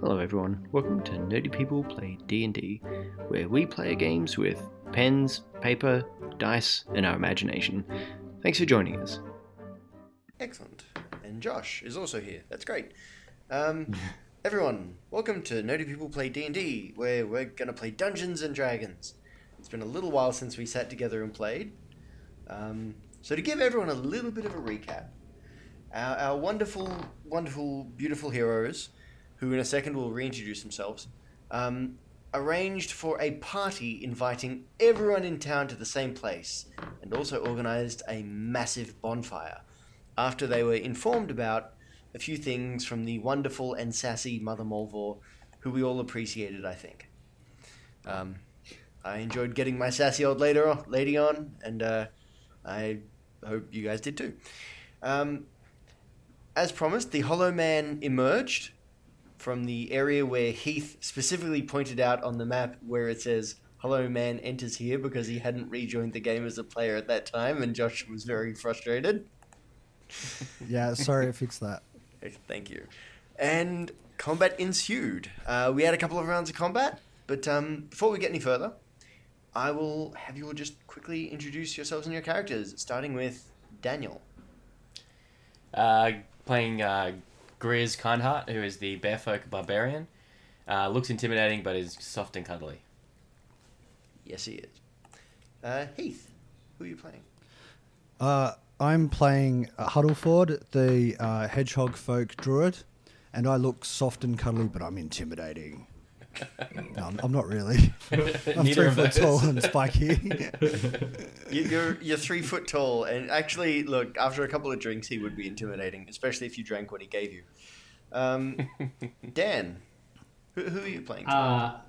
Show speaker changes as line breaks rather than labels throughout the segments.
Hello everyone, welcome to Nerdy People Play D&D, where we play games with pens, paper, dice, and our imagination. Thanks for joining us.
Excellent. And Josh is also here. That's great. Um, everyone, welcome to Nerdy People Play D&D, where we're going to play Dungeons and Dragons. It's been a little while since we sat together and played. Um, so to give everyone a little bit of a recap, our, our wonderful, wonderful, beautiful heroes, who in a second will reintroduce themselves, um, arranged for a party inviting everyone in town to the same place, and also organized a massive bonfire after they were informed about a few things from the wonderful and sassy Mother Mulvor, who we all appreciated, I think. Um, I enjoyed getting my sassy old later on, lady on, and uh, I hope you guys did too. Um, as promised, the Hollow Man emerged from the area where Heath specifically pointed out on the map where it says Hollow Man enters here because he hadn't rejoined the game as a player at that time, and Josh was very frustrated.
Yeah, sorry, I fixed that.
Thank you. And combat ensued. Uh, we had a couple of rounds of combat, but um, before we get any further, I will have you all just quickly introduce yourselves and your characters, starting with Daniel.
Uh, playing uh, Grizz Kindheart, who is the Bearfolk Barbarian. Uh, looks intimidating, but is soft and cuddly.
Yes, he is. Uh, Heath, who are you playing?
Uh, I'm playing Huddleford, the uh, hedgehog folk druid, and I look soft and cuddly, but I'm intimidating. No, I'm- I'm not really. I'm
Neither
three
of
foot
us.
tall and spiky.
You- You're you're three foot tall, and actually, look, after a couple of drinks, he would be intimidating, especially if you drank what he gave you. Um, Dan, who, who are you playing?
Uh,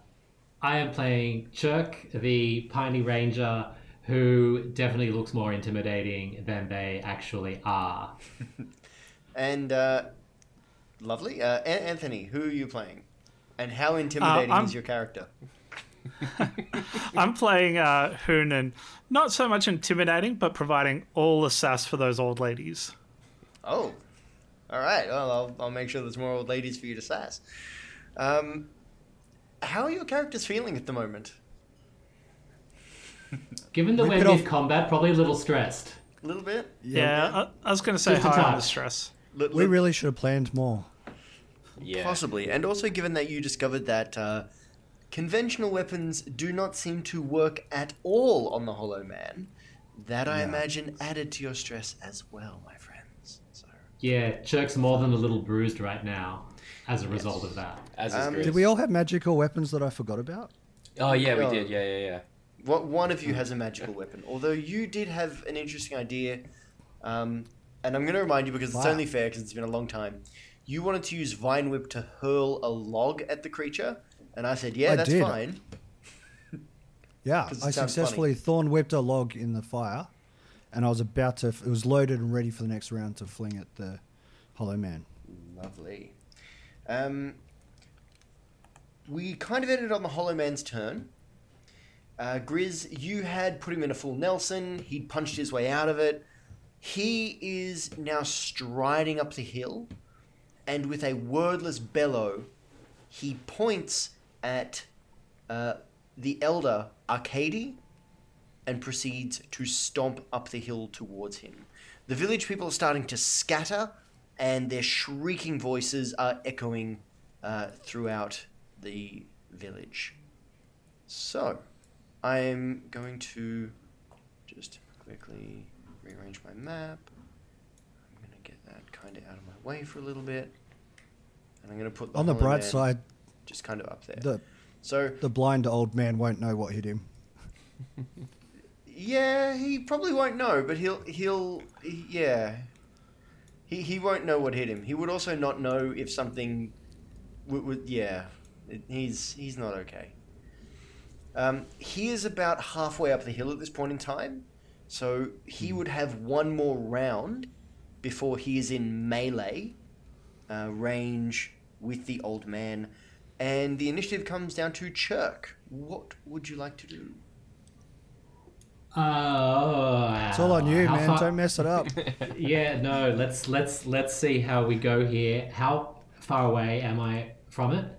I am playing Chirk, the Piney Ranger, who definitely looks more intimidating than they actually are.
And uh, lovely, uh, An- Anthony, who are you playing? And how intimidating
Uh, I'm-
is your character?
I'm playing uh, Hoonan. Not so much intimidating, but providing all the sass for those old ladies.
Oh, all right. Well, I'll, I'll make sure there's more old ladies for you to sass. Um, how are your characters feeling at the moment?
Given that
Rip
we're
it off.
mid combat, probably a little stressed.
A little bit.
Yeah, I, I was going to say
Just a
hi on
touch.
the stress.
Li-
We
li-
really should have planned more.
Yeah.
Possibly, and also given that you discovered that uh, conventional weapons do not seem to work at all on the Hollow Man, that I imagine added to your stress as well, my friends. So,
Yeah, Chirk's more than a little bruised right now as a result of that.
As is
Um,
Grizz.
Did we all have magical weapons that I forgot about?
Oh yeah, we did. Yeah, yeah, yeah.
what one of you
Hmm.
has a magical weapon? Although you did have an interesting idea, um, and I'm going to remind you because it's
Wow.
only fair because it's been a long time. You wanted to use Vine Whip to hurl a log at the creature, and I said, "Yeah,
I
that's
did.
fine."
Yeah,
'Cause it
I
sounds
successfully thorn whipped a log in the fire, and I was about to. It was loaded and ready for the next round to fling at the hollow man.
Lovely. Um, we kind of ended on the Hollow Man's turn. Uh, Grizz, you had put him in a full Nelson. He'd punched his way out of it. He is now striding up the hill, and with a wordless bellow, he points at uh, the elder Arcady and proceeds to stomp up the hill towards him. The village people are starting to scatter, and their shrieking voices are echoing uh, throughout the village. So, I am going to just quickly rearrange my map. I'm going to get that kind of out of my way for a little bit. And I'm going to put the
On the
Hollow
bright
Man
side,
just kind of up there.
the
so
the blind old man won't know what hit him.
Yeah, he probably won't know, but he'll he'll he- yeah. He he won't know what hit him. He would also not know if something would, would yeah. It- He's he's not okay. Um, he is about halfway up the hill at this point in time, so he would have one more round before he is in melee uh, range with the old man, and the initiative comes down to Chirk. What would you like to do?
Oh,
It's all on you,
how
man.
far-
Don't mess it up.
Yeah, no. Let's let's let's see how we go here. How far away am I from it?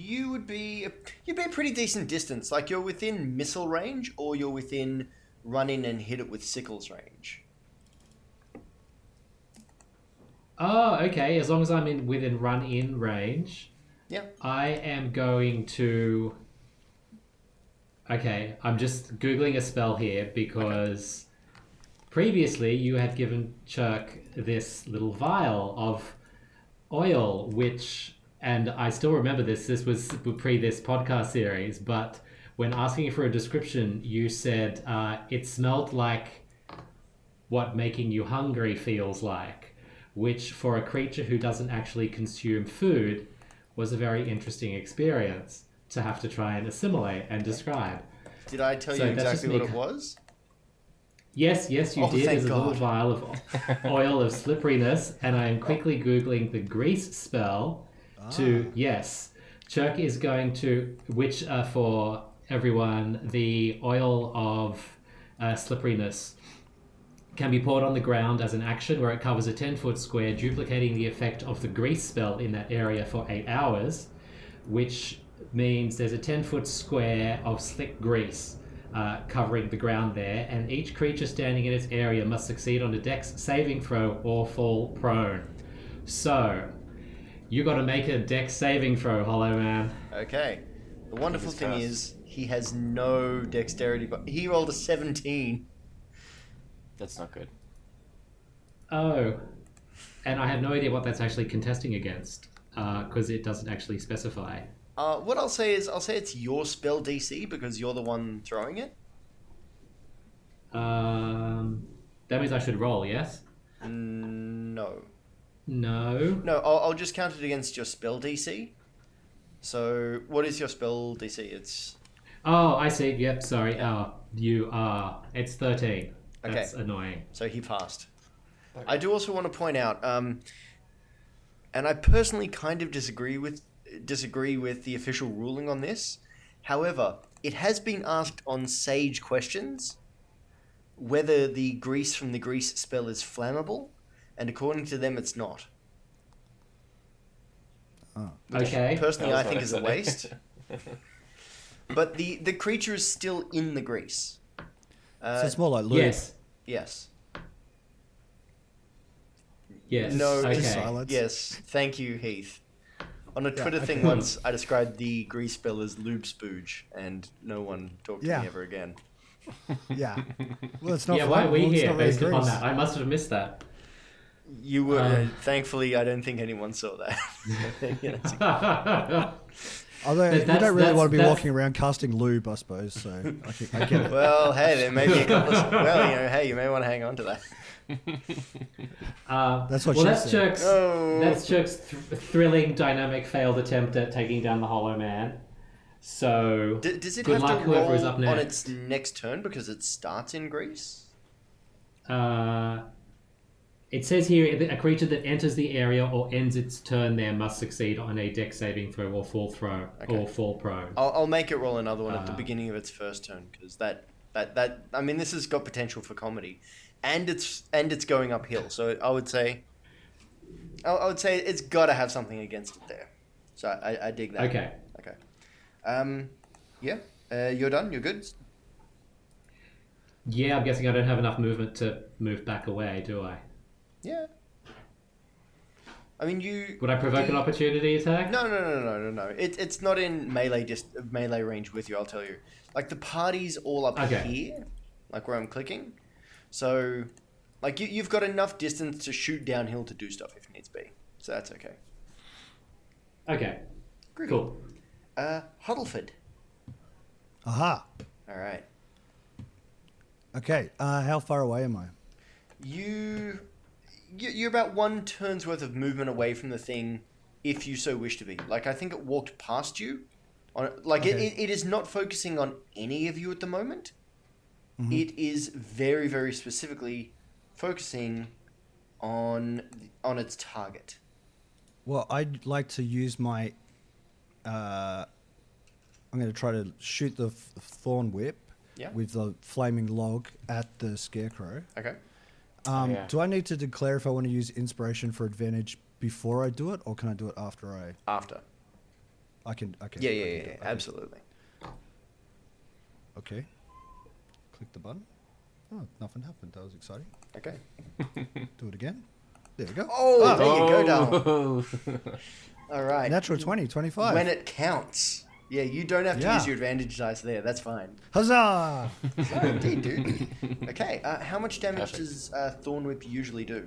you would be you'd be a pretty decent distance. Like you're within missile range, or you're within run in and hit it with sickles range.
Oh, okay. As long as I'm in within run in range,
Yeah.
I am going to. Okay, I'm just googling a spell here because previously you had given Chirk this little vial of oil, which, and I still remember this. This was pre this podcast series, but when asking for a description, you said uh, it smelled like what making you hungry feels like, which for a creature who doesn't actually consume food was a very interesting experience to have to try and assimilate and describe.
Did I tell
So
you
that's just
exactly what
me
it
co-
was?
Yes, yes, you
Oh,
did.
thank
There's a little
God.
vial of o- oil of slipperiness, and I am quickly googling the grease spell
Ah.
to yes. Chirk is going to which uh, for everyone the oil of uh, slipperiness can be poured on the ground as an action where it covers a 10 foot square, duplicating the effect of the grease spell in that area for eight hours, which means there's a 10 foot square of slick grease uh, covering the ground there, and each creature standing in its area must succeed on a dex saving throw or fall prone. So, you gotta make a dex saving throw, Hollow Man.
Okay. The wonderful
he's
thing
fast.
is he has no dexterity, but he rolled a seventeen.
That's not good.
Oh, and I have no idea what that's actually contesting against because it doesn't actually specify.
Uh, what I'll say is I'll say it's your spell DC because you're the one throwing it.
Um, that means I should roll, yes?
Mm, No.
No.
No, I'll, I'll just count it against your spell DC. So, what is your spell DC? It's
Oh, I see. Yep, sorry. Oh, you are. It's 13.
Okay.
That's annoying.
so he passed. I do also want to point out, um, and I personally kind of disagree with disagree with the official ruling on this. However, it has been asked on Sage questions whether the grease from the grease spell is flammable, and according to them, it's not.
Okay.
Personally,
That
I
was
think
what
is a
said.
waste. But the the creature is still in the grease. Uh,
so it's more like loot.
Yes.
yes.
Yes.
No,
okay.
Just silence.
Yes, thank you, Heath. On a Twitter thing
okay.
once, I described the grease spell as lube spooge, and no one talked to
Yeah.
me ever again.
Yeah. Well, it's not.
Yeah, why are we
flammable, it's
here
not really
based upon
grease.
that? I must have missed that.
You were
Um.
thankfully. I don't think anyone saw that. You know, it's-
Although
But
you
that's-
don't really want
that's-
to be
that's-
walking around casting lube, I suppose. So I, think- I get it.
well, hey, there may be a couple. Of, well, you know, hey, you may want to hang on to that.
Uh,
That's what
well,
she
that's
said.
Chirk's,
No.
that's Chirk's th- thrilling, dynamic, failed attempt at taking down the Hollow Man. So,
D- does it
Good
have
luck,
to
whoever
roll
is up
on
next.
its next turn because it starts in grease?
uh, it says here that a creature that enters the area or ends its turn there must succeed on a deck saving throw or fall throw
Okay.
or fall prone.
I'll, I'll make it roll another one at the
Ah.
beginning of its first turn because that that that I mean this has got potential for comedy, and it's and it's going uphill. So I would say, I, I would say it's got to have something against it there. So I, I dig that.
Okay.
Okay. Um, yeah. Uh, you're done. You're good.
Yeah, I'm guessing I don't have enough movement to move back away, do I?
Yeah. I mean you.
Would I provoke an opportunity attack?
No, no, no, no, no, no. It, it's not in melee just melee range with you. I'll tell you. Like the party's all up
Okay.
here, like where I'm clicking. So, like you, you've got enough distance to shoot downhill to do stuff if needs be. So that's okay.
Okay,
Groovy.
cool.
Uh, Huddleford.
Aha.
All right.
Okay. Uh, how far away am I?
You, you, you're about one turn's worth of movement away from the thing, if you so wish to be. Like I think it walked past you, on like it,
Okay.
it, it is not focusing on any of you at the moment.
Mm-hmm.
It is very very specifically focusing on on its target.
Well, I'd like to use my. Uh, I'm going to try to shoot the f- thorn whip
Yeah.
with the flaming log at the scarecrow.
Okay.
Oh,
Um,
yeah.
Do I need to declare if I want to use inspiration for advantage before I do it, or can I do it after I
After.
I can. I can
Yeah,
I
yeah,
can
yeah,
do
yeah,
it.
absolutely.
Okay. Click the button. Oh, nothing happened. That was exciting.
Okay.
Do it again. There we go.
Oh,
Ah,
there you go, darling. All right.
natural 20, 25.
When it counts. Yeah, you don't have to
Yeah.
use your advantage dice there. That's fine.
Huzzah!
Oh, indeed, dude. Okay, uh, how much damage
Perfect.
does uh, Thorn Whip usually do?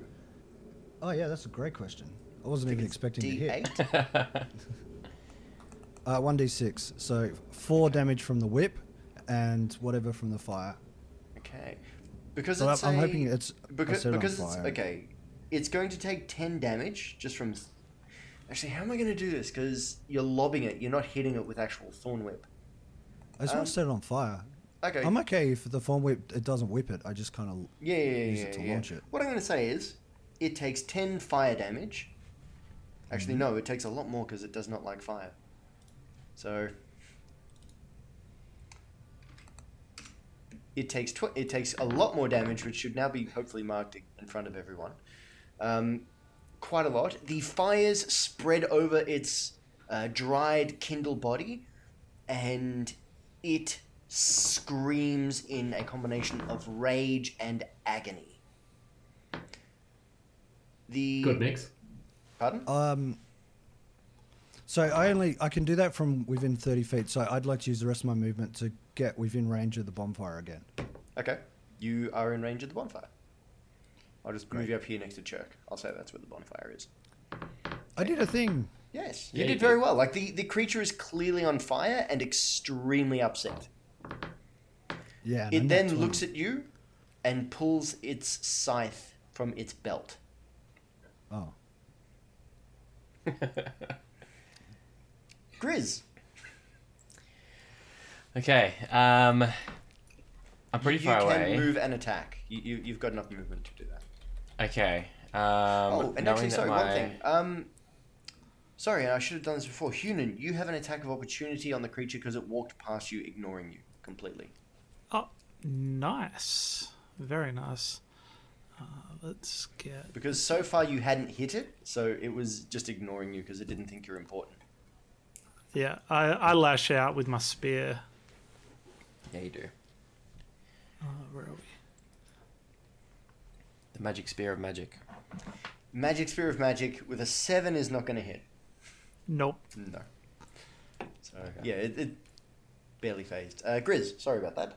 Oh, yeah, that's a great question. I wasn't even expecting to hit.
D8?
Uh, 1d6. So 4 damage from the whip and whatever from the fire.
Okay. Because
But I'm-
it's
I'm
a-
hoping it's- I
because,
set it on
because it's
fire.
okay. It's going to take ten damage just from. Actually, how am I going to do this? Because you're lobbing it. You're not hitting it with actual thorn whip.
I just
Um,
want to set it on fire.
Okay.
I'm okay if the form whip it doesn't whip it. I just kind of
yeah, yeah, yeah,
use
yeah,
it to
yeah.
launch it.
What I'm going to say is, it takes ten fire damage. Actually,
Mm-hmm.
no, it takes a lot more because it does not like fire. So. It takes tw- it takes a lot more damage, which should now be hopefully marked in front of everyone. um, quite a lot. The fires spread over its uh, dried kindle body, and it screams in a combination of rage and agony. The
Good mix.
pardon?
Um, so I only I can do that from within 30 feet. So I'd like to use the rest of my movement to get within range of the bonfire again.
Okay, you are in range of the bonfire. I'll just move you up here next to Chirk. I'll say that's where the bonfire is.
I did a thing.
Yes, you
Yeah,
did
you
very
did.
well. Like the, the creature is clearly on fire and extremely upset.
Yeah. and I
It
nat
then
20.
looks at you and pulls its scythe from its belt.
Oh.
Oh.
Grizz,
okay. Um, I'm pretty
you
far
can
away.
move and attack. You, you, you've got enough movement to do that.
Okay. Um,
oh, and
knowing
actually,
that
sorry, one
my-
thing. Um, sorry, I should have done this before. Hunan, you have an attack of opportunity on the creature because it walked past you, ignoring you completely.
Oh, nice. Very nice. Uh, let's get.
Because so far you hadn't hit it, so it was just ignoring you because it didn't think you're important.
Yeah, I, I lash out with my spear.
Yeah, you do.
Uh, where are we?
The magic spear of magic.
Magic Sphere of Magic with a 7 is not going to hit.
Nope.
No. So,
Okay.
yeah, it, it barely phased. Uh, Grizz, sorry about that.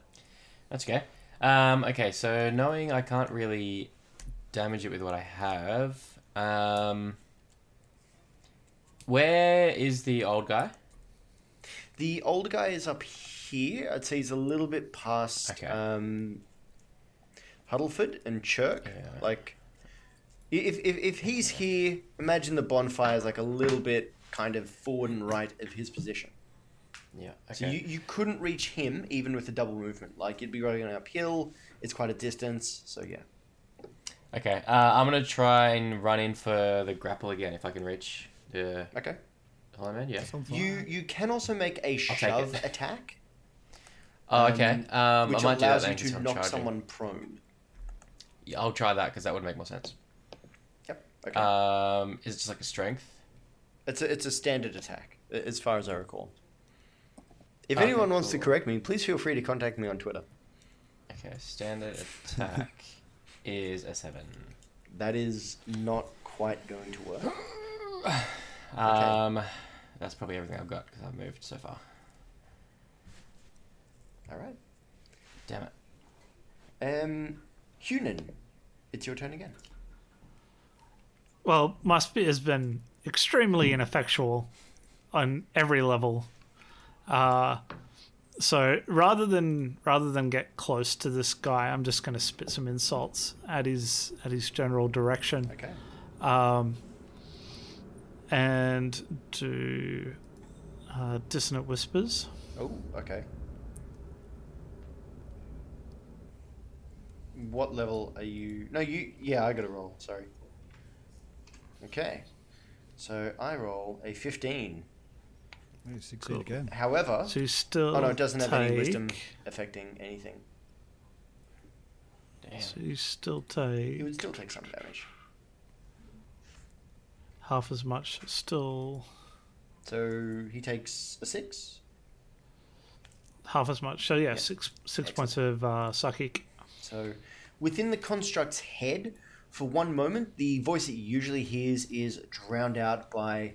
That's okay. Um, okay, so knowing I can't really damage it with what I have, um, where is the old guy?
The old guy is up here. I'd say he's a little bit past
Okay.
um, Huddleford and Chirk.
Yeah.
Like, i- if, if, if he's here, imagine the bonfire is like a little bit kind of forward and right of his position.
Yeah. Okay.
So you, you couldn't reach him even with the double movement. Like, you'd be going uphill. It's quite a distance. So, yeah.
Okay. Uh, I'm gonna try and run in for the grapple again if I can reach the
Okay.
Hollow Man. Yeah.
It's on fire.
You you can also make a
take it.
shove attack,
Oh, okay. Um,
which
I might do that
allows
then
you
'cause
to
I'm
knock
charging.
someone prone.
Yeah, I'll try that because that would make more sense.
Yep. Okay.
Um, is it just like a strength?
It's a, it's a standard attack, a- as far as I recall. If
Okay,
anyone wants to
cool.
correct me, please feel free to contact me on Twitter.
Okay. Standard attack is a seven.
That is not quite going to work.
Um, that's probably everything I've got because I've moved so far.
All right.
Damn it.
Um, Hunan, it's your turn again.
Well, my spear has been extremely ineffectual on every level. Uh, so rather than rather than get close to this guy, I'm just going to spit some insults at his at his general direction
Okay.
and do uh, dissonant whispers.
Oh, okay. What level are you? No, you. Yeah, I got to roll. Sorry. Okay. So I roll a fifteen.
Hey, succeed
Cool.
again.
However,
So you still
oh no, it doesn't have any
take-
wisdom affecting anything.
Damn.
So you still take
It would still take some damage.
half as much. Still
So he takes a six.
half as much. So yeah, six six points of uh, psychic.
So within the construct's head, for one moment, the voice it usually hears is drowned out by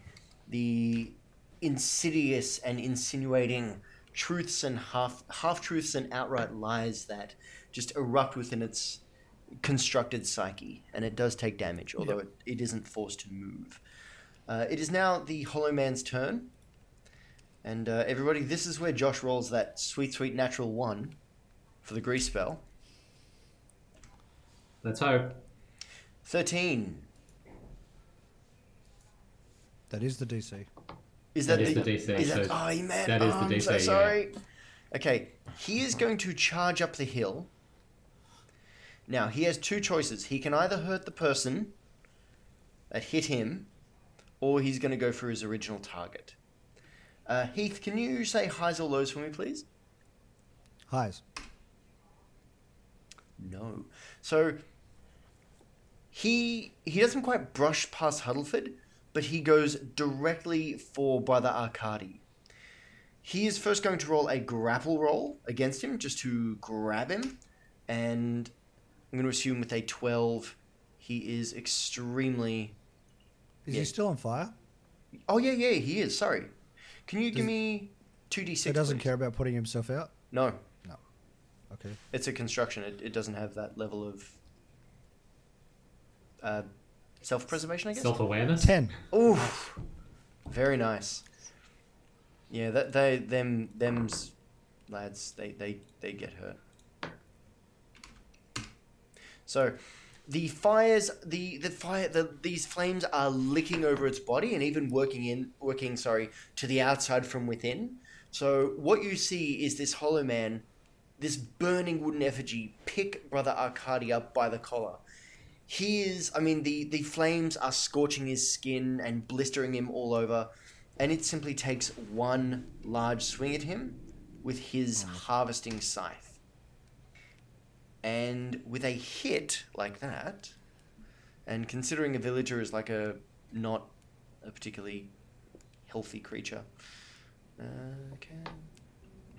the insidious and insinuating truths and half half truths and outright lies that just erupt within its constructed psyche, and it does take damage, although it, it isn't forced to move. Uh, it is now the Hollow Man's turn, and uh, everybody, this is where Josh rolls that sweet, sweet natural one for the grease spell.
Let's hope.
13.
That is the DC.
Is that,
That is
the,
the DC,
Is that,
so
oh, man.
that is
oh,
the
I'm so
DC, yeah.
sorry. Okay, he is going to charge up the hill. Now, he has two choices. He can either hurt the person that hit him, or he's going to go for his original target. Uh, Heath, can you say highs or lows for me, please?
Highs.
No. So he he doesn't quite brush past Huddleford, but he goes directly for Brother Arcadi. He is first going to roll a grapple roll against him just to grab him, and I'm going to assume with a 12, he is extremely.
Is
Yeah.
he still on fire?
Oh yeah, yeah, he is. Sorry. Can you give
Does-
me two d6?
he doesn't
please?
care about putting himself out.
No,
Okay.
it's a construction. It, it doesn't have that level of uh, self-preservation, I guess.
Self awareness.
Ten.
Oof. Very nice. Yeah, that they them them's lads, they, they, they get hurt. So the fires the, the fire the, these flames are licking over its body and even working in working sorry to the outside from within. So what you see is this hollow man, this burning wooden effigy pick brother Arcadi up by the collar he is i mean the the flames are scorching his skin and blistering him all over and it simply takes one large swing at him with his harvesting scythe and with a hit like that and considering a villager is like a not a particularly healthy creature uh, okay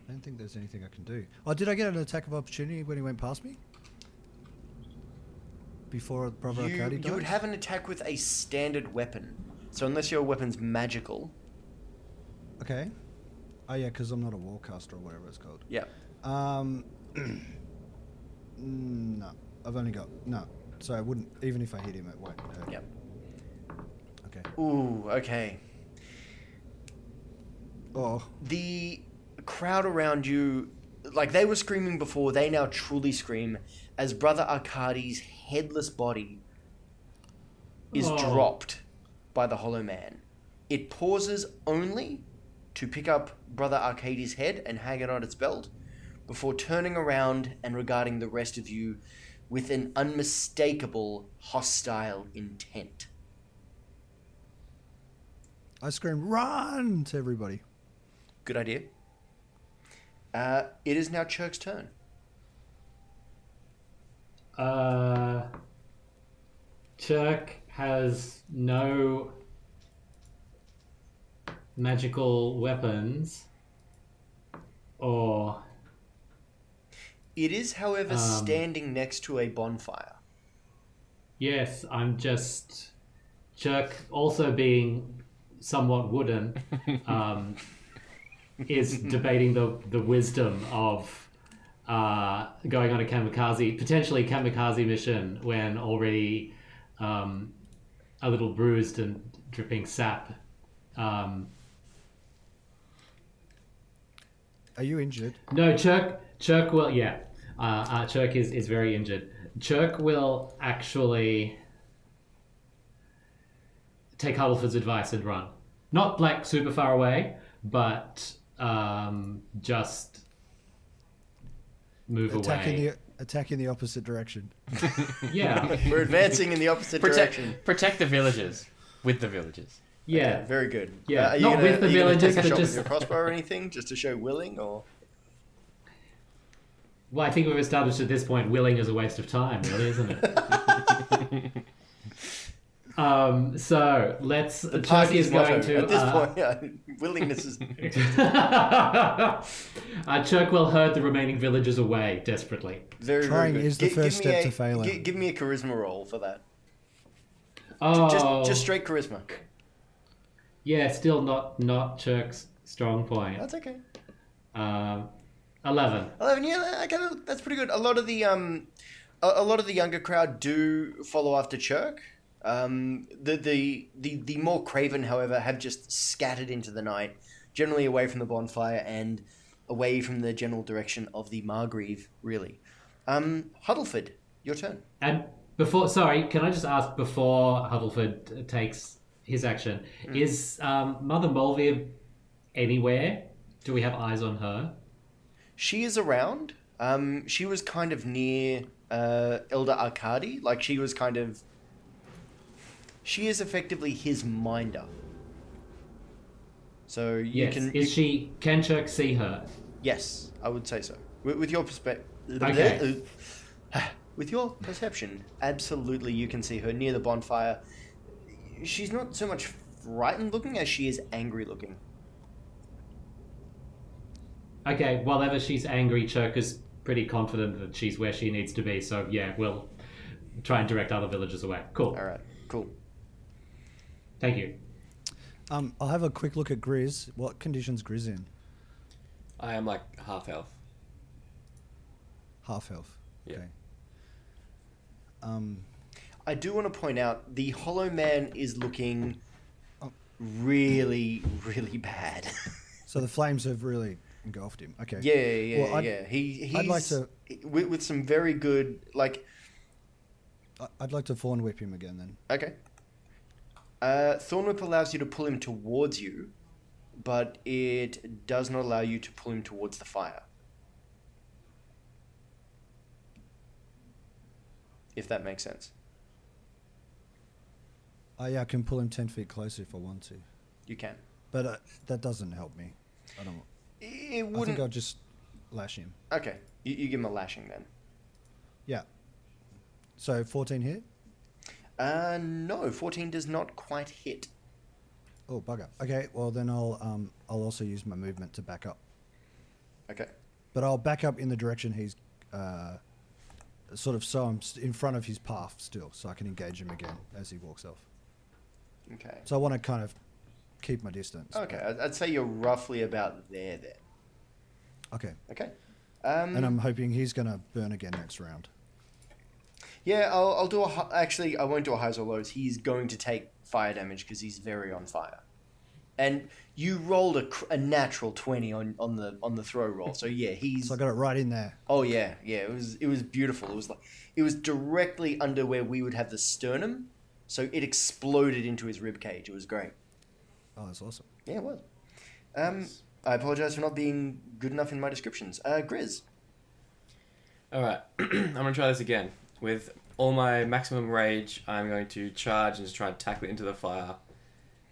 I don't think there's anything I can do. Oh, did I get an attack of opportunity when he went past me? Before Brother
you,
Arcady died?
you would have an attack with a standard weapon so unless your weapon's magical
Okay. Oh, yeah, because I'm not a warcaster or whatever it's called.
yeah
Um, mm, no. I've only got. No. So I wouldn't. Even if I hit him, it won't hurt.
Yep.
Okay.
ooh okay
Oh,
the crowd around you, like they were screaming before, they now truly scream as Brother Arcady's headless body is
Oh.
dropped by the Hollow Man. It pauses only to pick up Brother Arcady's head and hang it on its belt before turning around and regarding the rest of you with an unmistakable hostile intent.
I screamed, run to everybody.
Good idea. Uh, it is now Chirk's turn.
Uh, Chuck has no magical weapons or
It is, however,
Um,
standing next to a bonfire.
Yes, I'm just Chuck also being somewhat wooden um, is debating the, the wisdom of uh, going on a kamikaze potentially kamikaze mission when already um, a little bruised and dripping sap. Um,
Are you injured?
No, Chirk. Chirk will. Yeah, uh, uh, Chirk is is very injured. Chirk will actually take Huddleford's advice and run. Not like super far away, but um, just move
Attacking
away.
the, attacking the opposite direction.
Yeah,
We're advancing in the opposite direction.
Protect, protect the villagers with the villagers.
yeah.
Very good. Uh,
Yeah,
are you
not
gonna,
with the
are you gonna
villagers,
take a
but
shot with
just-
your crossbow or anything, just to show willing, or
Well, I think we've established at this point, willing is a waste of time, really, isn't it? Um, so let's.
The
Turkey
party's
is going
motto.
to.
At this
uh,
point, yeah, willingness is.
uh, Chirkwell herd the remaining villagers away desperately.
Very,
Trying
very good.
is
Gi-
the
give
first
me
step
a-
to failing.
gi- give me a charisma roll for that.
Oh,
Just, just straight charisma.
yeah, still not not Chirk's strong point.
That's okay.
Um, Eleven.
Eleven. Yeah, that- I kind of, that's pretty good. A lot of the um, a, a lot of the younger crowd do follow after Chirk. Um, the, the the the more craven, however, have just scattered into the night, generally away from the bonfire and away from the general direction of the Margrave. Really, um, Huddleford, your turn.
And before, sorry, can I just ask before Huddleford takes his action,
Hmm.
is um, Mother Mulvey anywhere? Do we have eyes on her?
She is around. Um, she was kind of near uh, Elder Arcadi. Like she was kind of. She is effectively his minder. So you
Yes.
can.
is she? Can Chirk see her?
Yes, I would say so. With, with your perspective.
Okay.
With your perception, absolutely you can see her near the bonfire. She's not so much frightened looking as she is angry looking.
Okay. Whatever she's angry, Chirk is pretty confident that she's where she needs to be. So yeah, we'll try and direct other villagers away. Cool.
Alright, cool.
Thank you.
Um, I'll have a quick look at Grizz. What condition's Grizz in?
I am like half health.
Half health.
Yeah.
Um,
I do want to point out the Hollow Man is looking really, really bad.
so the flames have really engulfed him. Okay.
yeah, yeah,
Well, I'd-
yeah. He, he's
I'd like
with, with some very good like.
I- I'd like to fawn whip him again then.
Okay. Uh, Thornwhip allows you to pull him towards you, but it does not allow you to pull him towards the fire. If that makes sense,
Oh, yeah, I can pull him 10 feet closer if I want to.
you can.
But uh, that doesn't help me. I don't.
It
I think
wouldn't.
I'll just lash him.
okay, you, you give him a lashing then.
Yeah. So 14 hit?
Uh, no, fourteen does not quite hit.
Oh, bugger. Okay, well, then I'll, um, I'll also use my movement to back up.
Okay.
But I'll back up in the direction he's uh, sort of so I'm s- in front of his path still, so I can engage him again as he walks off.
Okay.
So I want to kind of keep my distance.
Okay. I'd- I'd say you're roughly about there then.
Okay.
Okay. Um,
And I'm hoping he's going to burn again next round.
yeah, I'll, I'll do a. hi- Actually, I won't do a highs or lows. He's going to take fire damage because he's very on fire. And you rolled a, cr- a natural twenty on, on the on the throw roll, so yeah, he's.
So I got it right in there.
Oh yeah, yeah. It was it was beautiful. It was like it was directly under where we would have the sternum, so it exploded into his rib cage. It was great.
Oh, that's awesome.
Yeah, it was. Um, I apologize for not being good enough in my descriptions. Uh, Grizz.
All right, I'm gonna try this again. With all my maximum rage, I'm going to charge and just try and tackle it into the fire,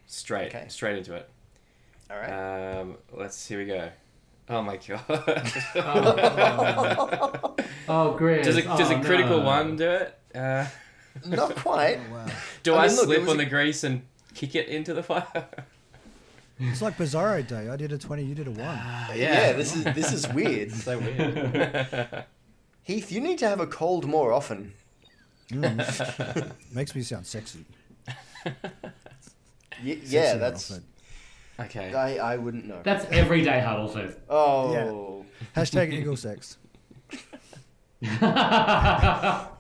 straight,
Okay.
straight into it.
All right.
Um, let's here we go. Oh my god!
Oh, great.
does a, does a critical
no.
one do it? Uh,
Not quite.
Oh, Wow.
do
I
I,
mean, look, it
slip
was
on
a-
the grease and kick it into the fire?
it's like Bizarro Day. I did a 20, you did a 1.
yeah. this is this is weird.
so weird.
Heath, you need to have a cold more often.
Mm. Makes me sound sexy.
Y- yeah,
Sexy
that's
Alfred.
okay.
I, I wouldn't know.
That's everyday Huddleford.
Oh,
Hashtag eagle sex.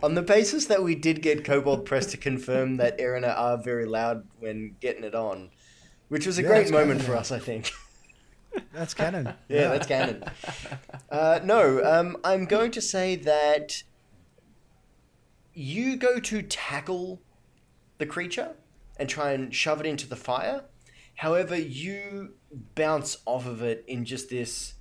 on the basis that we did get Cobalt Press to confirm that Erina are very loud when getting it on, which was a
Yeah,
great
that's
moment
canon.
for us, I think.
That's canon.
Yeah, that's canon. Uh, no, um, I'm going to say that you go to tackle the creature and try and shove it into the fire. However, you bounce off of it in just this.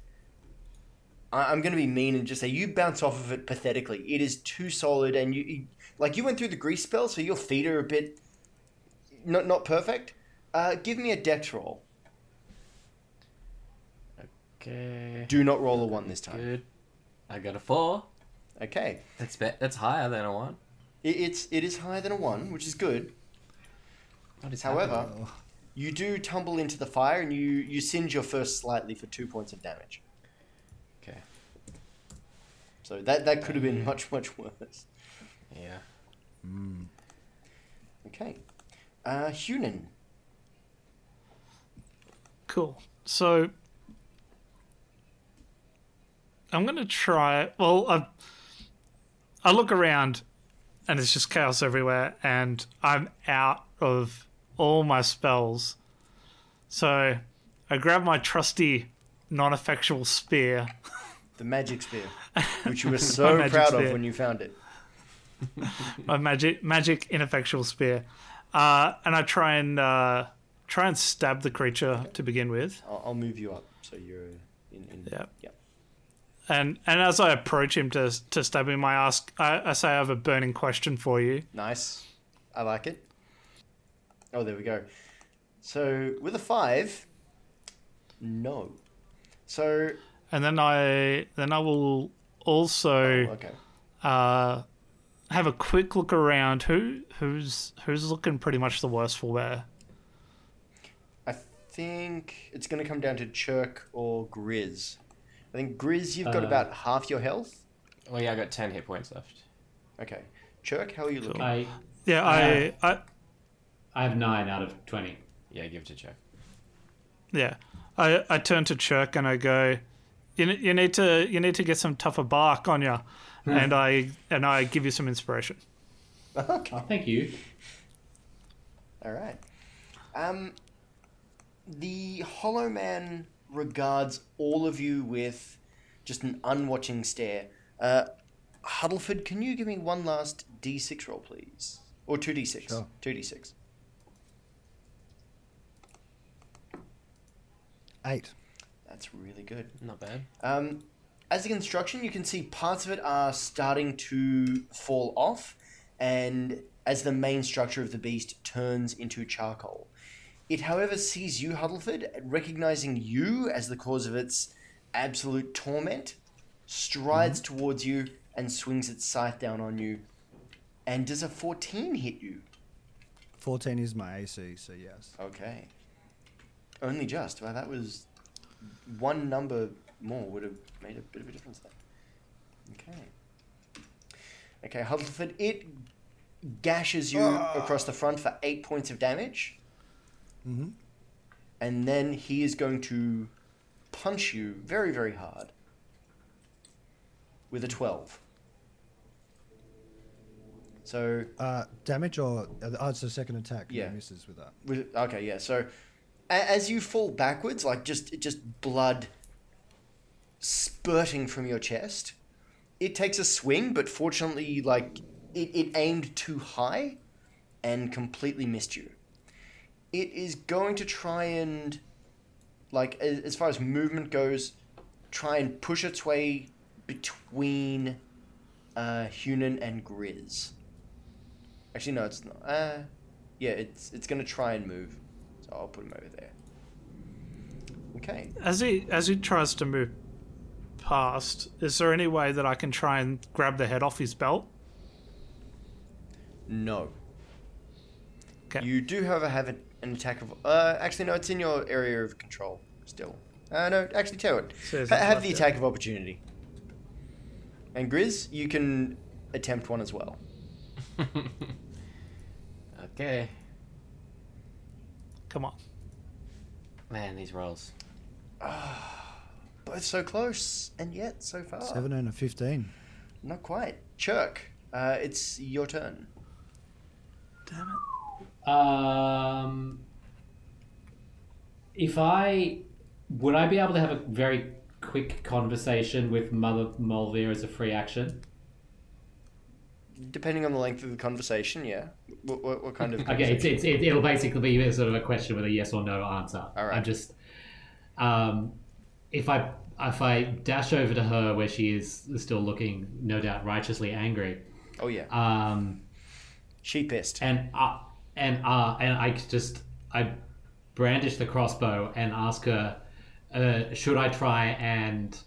I- I'm going to be mean and just say you bounce off of it pathetically. It is too solid, and you- you like you went through the grease spell, so your feet are a bit not not perfect. Uh, give me a dex roll.
okay.
Do not roll a one this time.
Good. I got a four.
Okay.
That's bet. That's higher than a one.
It, it's it is higher than a one, which is good.
What is happening?
However, you do tumble into the fire and you, you singe your first slightly for two points of damage.
Okay.
So that, that could have been much, much worse.
Yeah.
Okay. Uh, Hunan.
Cool. So I'm gonna try. Well, I I look around, and it's just chaos everywhere, and I'm out of all my spells. So I grab my trusty non-effectual spear.
The magic spear, which you were so
magic
proud of
spear.
when you found it.
my magic magic ineffectual spear, uh, and I try and uh, try and stab the creature to begin with.
I'll, I'll move you up so you're in. in
Yep.
Yep.
And and as I approach him to to stab him, I ask I, I say I have a burning question for you.
Nice. I like it. Oh, there we go. So with a five, no. So
And then I then I will also
okay.
uh, have a quick look around. Who who's who's looking pretty much the worst for wear?
I think it's going to come down to Chirk or Grizz. I think Grizz, you've got
Uh,
about half your health.
Well, yeah, I got ten hit points left.
Okay. Chirk, how are you looking?
I
Yeah, I, I
I have nine out of twenty.
Yeah, give it to Chuck.
yeah I I turn to Chirk and I go, you ne- you need to you need to get some tougher bark on you, and I and I give you some inspiration.
okay.
Oh, thank you.
All right. Um, the Hollow Man regards all of you with just an unwatching stare. Uh, Huddleford, can you give me one last D6 roll, please? Or 2D6.
Sure.
2D6.
Eight.
That's really good.
Not bad.
Um, as a construction, you can see parts of it are starting to fall off, and as the main structure of the beast turns into charcoal. It, however, sees you, Huddleford, recognizing you as the cause of its absolute torment, strides towards you and swings its scythe down on you. And does a 14 hit you?
14 is my AC, so yes.
Okay. Only just. Wow, that was one number more would have made a bit of a difference there. Okay. Okay, Huddleford, it gashes you across the front for eight points of damage.
Mhm.
And then he is going to punch you very, very hard with a 12. So
Uh, damage or. Oh, it's the second attack.
Yeah.
It misses with that.
With- Okay, yeah. So a- as you fall backwards, like just it just blood spurting from your chest, it takes a swing, but fortunately, like it, it aimed too high and completely missed you. It is going to try and like a- as far as movement goes, try and push its way between uh, Hunan and Grizz. Actually, no, it's not. Uh, yeah, it's it's gonna try and move. So I'll put him over there. Okay.
As he as he tries to move past, is there any way that I can try and grab the head off his belt?
No.
'Kay.
You do, however, have an, an attack of. Uh, actually, no, it's in your area of control still. Uh, no, actually, tell it.
So it's
Ha-
not
have
left
the
yet.
attack of opportunity. And Grizz, you can attempt one as well.
okay.
Come on.
Man, these rolls.
Both so close, and yet so far.
7 and a 15.
Not quite. Chirk, uh, it's your turn.
Damn it.
Um, if I would I be able to have a very quick conversation with Mother Molvir as a free action?
Depending on the length of the conversation, yeah. What, what, what kind of.
Okay, it's,
conversation?
it's, it, it'll basically be sort of a question with a yes or no answer.
All right.
I'm just, um, if I if I dash over to her where she is still looking, no doubt righteously angry,
Oh, yeah.
um,
She pissed.
and uh, and uh, and I just I brandish the crossbow and ask her, uh, should I try and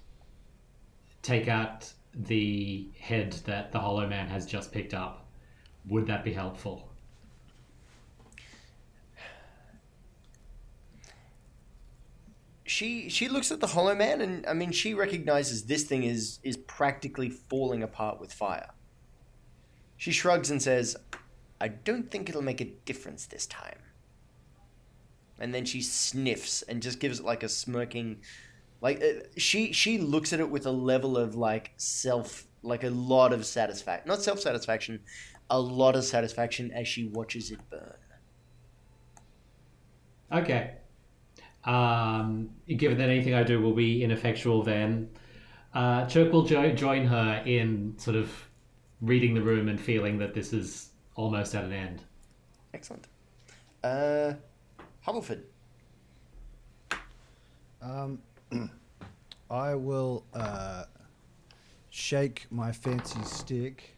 take out the head that the Hollow Man has just picked up? Would that be helpful?
she she looks at the Hollow Man, and I mean, she recognizes this thing is is practically falling apart with fire. She shrugs and says, "I don't think it'll make a difference this time." And then she sniffs and just gives it like a smirking, like uh, she she looks at it with a level of like self, like a lot of satisfaction, not self satisfaction, a lot of satisfaction as she watches it burn.
Okay. Um, given that anything I do will be ineffectual, then uh, Chirk will jo- join her in sort of reading the room and feeling that this is almost at an end.
Excellent. Uh, Hubbleford.
I will uh, shake my fancy stick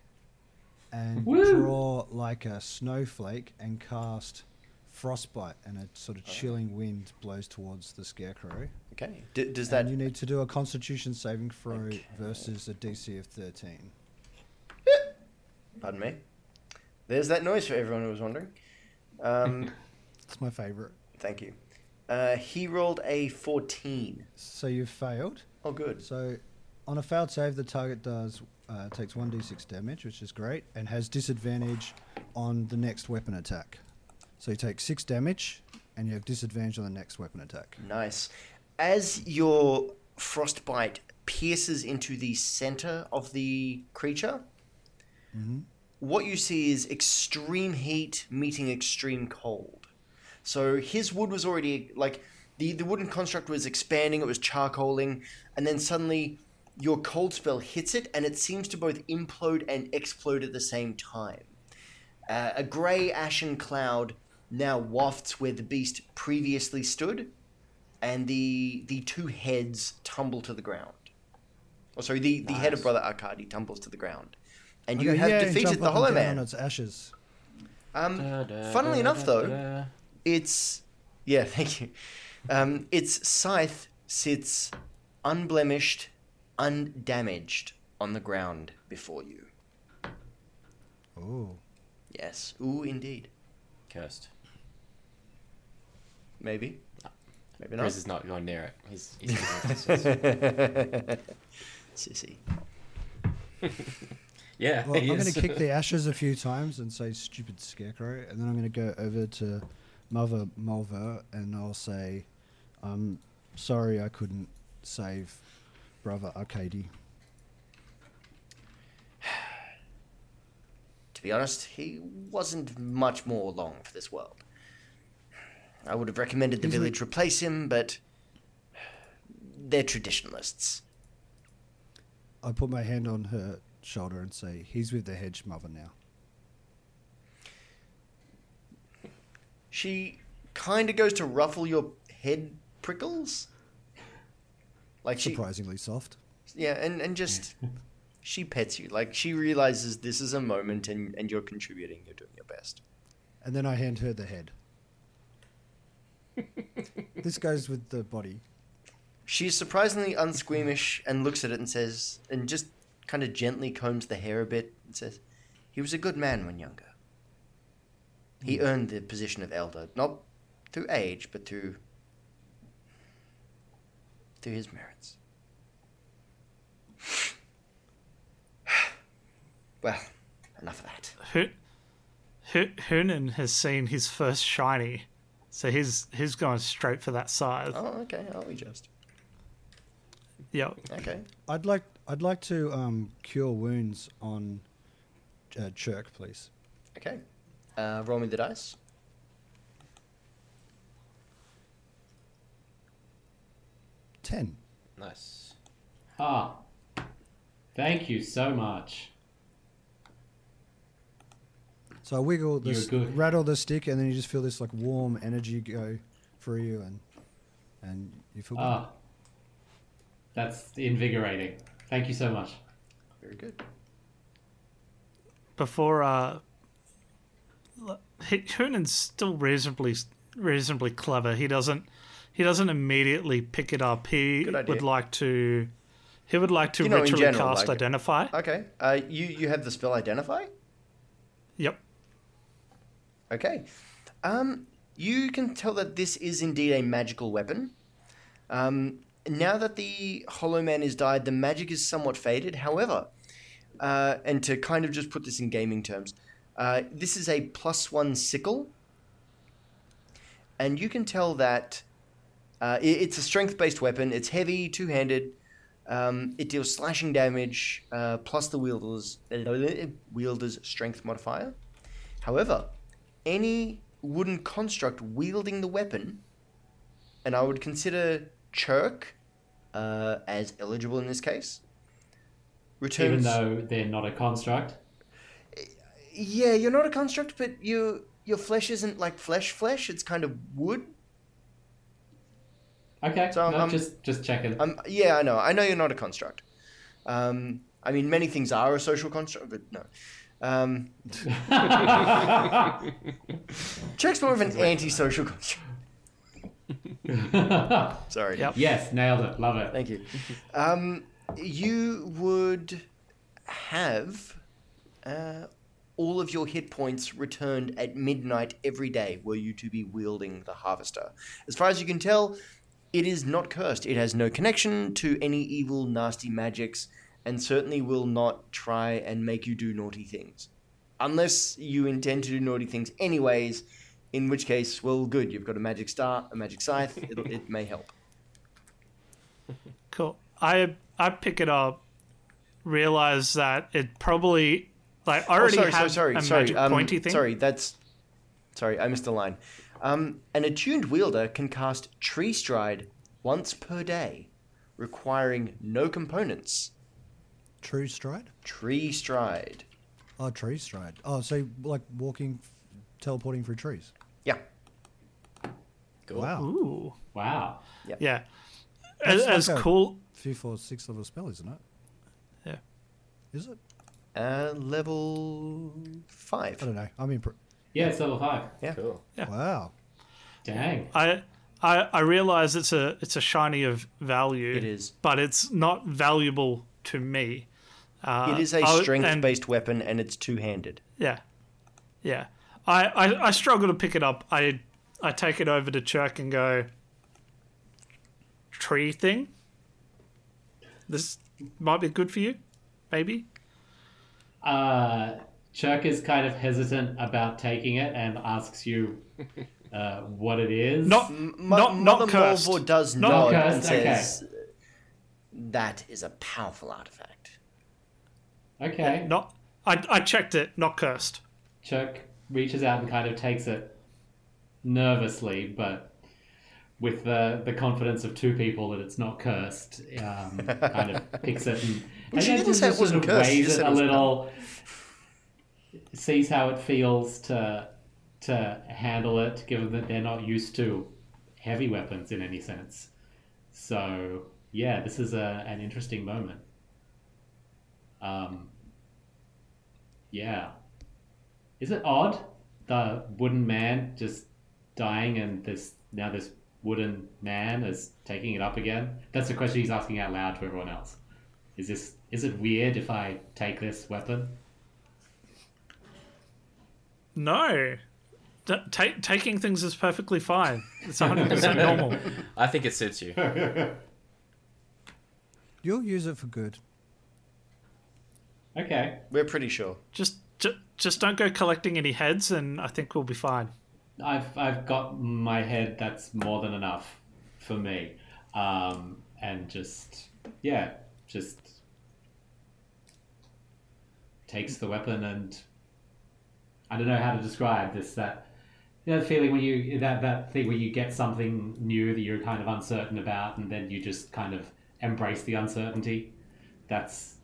and
Woo!
draw like a snowflake and cast frostbite, and a sort of chilling wind blows towards the scarecrow.
Okay. D- does
And
that
you need to do a Constitution saving throw versus a DC of thirteen.
Pardon me. There's that noise for everyone who was wondering. Um,
It's my favorite.
thank you. Uh, he rolled a 14.
So you've failed.
Oh, good.
So on a failed save, the target does uh, takes one d6 damage, which is great, and has disadvantage on the next weapon attack. So you take six damage, and you have disadvantage on the next weapon attack.
Nice. As your frostbite pierces into the center of the creature, what you see is extreme heat meeting extreme cold. So his wood was already like the, the wooden construct was expanding, it was charcoaling, and then suddenly your cold spell hits it and it seems to both implode and explode at the same time. Uh, a grey ashen cloud now wafts where the beast previously stood, and the the two heads tumble to the ground. Oh, sorry, the, the head of Brother Arkady tumbles to the ground, and you
Okay,
have
yeah, and
defeated
jump
the
up and
Hollow
down
Man.
On its ashes.
Um, funnily enough, though, it's yeah, thank you. Um, its scythe sits unblemished, undamaged on the ground before you.
Oh,
Yes, ooh, indeed,
Cursed.
maybe, maybe not.
Chris is not going near it. He's, he's he's-
Sissy.
yeah.
well, I'm
he
going
is.
to kick the ashes a few times and say "stupid scarecrow," and then I'm going to go over to Mother Mulver and I'll say, "I'm sorry, I couldn't save Brother Arcady."
To be honest, he wasn't much more long for this world. I would have recommended the village replace him, but they're traditionalists.
I put my hand on her shoulder and say, "He's with the hedge mother now."
She kind of goes to ruffle your head prickles. Like she,
Surprisingly soft.
yeah, and, and just she pets you. Like she realizes this is a moment and, and you're contributing, you're doing your best.
And then I hand her the head. this goes with the body.
She's surprisingly unsqueamish and looks at it and says, and just kind of gently combs the hair a bit and says, He was a good man when younger. He earned the position of elder, not through age, but through. through his merits. well, enough of that.
Hu- Hu- Hunan has seen his first shiny, so he's he's going straight for that scythe.
Oh, okay, are we just?
Yep.
Okay.
I'd like I'd like to um, cure wounds on uh, Chirk, please.
Okay. Uh, roll me the dice.
Ten.
nice.
Ah, thank you so much.
So I wiggle
You're
this,
good.
rattle the stick, and then you just feel this like warm energy go through you, and and you feel.
Ah, that's invigorating. Thank you so much.
Very good.
Before uh, l- H- Hunan's still reasonably reasonably clever. He doesn't he doesn't immediately pick it up. He
Good idea.
would like to he would like to
You know, in
ritually
general,
cast
like-
identify.
Okay. Uh, you, you have the spell identify?
Yep.
Okay. Um, you can tell that this is indeed a magical weapon. Um, now that the Hollow Man is died, the magic is somewhat faded. However, uh, and to kind of just put this in gaming terms, uh, this is a plus one sickle, and you can tell that uh, i it's a strength based weapon. It's heavy, two handed. Um, it deals slashing damage uh, plus the wielder's uh, wielder's strength modifier. However, any wooden construct wielding the weapon, and I would consider Chirk uh, as eligible in this case. Returns.
Even though they're not a construct.
Yeah, you're not a construct, but you your flesh isn't like flesh flesh. It's kind of wood.
Okay,
So,
no,
um,
just just checking.
Um, yeah, I know. I know you're not a construct. Um, I mean, many things are a social construct, but no. Um, Chirk's more of an anti-social construct. Sorry.
Yep.
yes, nailed it. Love it.
Thank you. Um, you would have uh, all of your hit points returned at midnight every day were you to be wielding the harvester. As far as you can tell, it is not cursed. It has no connection to any evil, nasty magics, and certainly will not try and make you do naughty things. Unless you intend to do naughty things anyways, in which case, well, good. You've got a magic star, a magic scythe. It, it may help.
Cool. I I pick it up, realize that it probably like I
Oh,
already
sorry, sorry,
have
sorry,
a
sorry.
magic
um,
pointy thing.
Sorry, that's sorry. I missed a line. Um, an attuned wielder can cast Tree Stride once per day, requiring no components.
True stride?
Tree Stride.
Oh, tree stride. Oh, so like walking, teleporting through trees.
Yeah.
Cool.
Wow.
Ooh.
Wow.
Yeah.
That's
As, as
like a-
cool.
Few, four, six level spell, isn't it?
Yeah.
Is it?
Uh, level five.
I don't know. I'm impre-
Yeah, it's level five.
Cool.
Wow.
Dang.
I I I realize it's a it's a shiny of value.
It is.
but it's not valuable to me. Uh,
it is a
I would- and-
strength-based weapon, and it's two-handed.
Yeah, yeah. I, I I struggle to pick it up. I I take it over to Chirk and go tree thing. This might be good for you, maybe.
Uh, Chuck is kind of hesitant about taking it and asks you uh, what it is.
Not
Mm.
not not
Mother
cursed.
Morvor does
Not
nod
cursed,
and
okay.
says, "That is a powerful artifact."
okay.
Not I I checked it. Not cursed.
Chuck reaches out and kind of takes it nervously, but with the, the confidence of two people that it's not cursed, um, kind of picks it and, and
she
then
didn't
just
say it
sort
wasn't
of
cursed, she
weighs
just
it
said
a
it was-
little, sees how it feels to to handle it, given that they're not used to heavy weapons in any sense. So yeah, this is a, an interesting moment. Um, yeah. Is it odd the wooden man just dying and this now this wooden man is taking it up again? That's the question he's asking out loud to everyone else. Is this is it weird if I take this weapon?
No. T- ta- taking things is perfectly fine. It's 100% normal.
I think it suits you.
You'll use it for good.
Okay.
We're pretty sure.
Just, ju- just don't go collecting any heads, and I think we'll be fine.
I've I've got my head. That's more than enough for me. Um, and just yeah, just takes the weapon and I don't know how to describe this. That you know, the feeling when you that that thing where you get something new that you're kind of uncertain about, and then you just kind of embrace the uncertainty. That's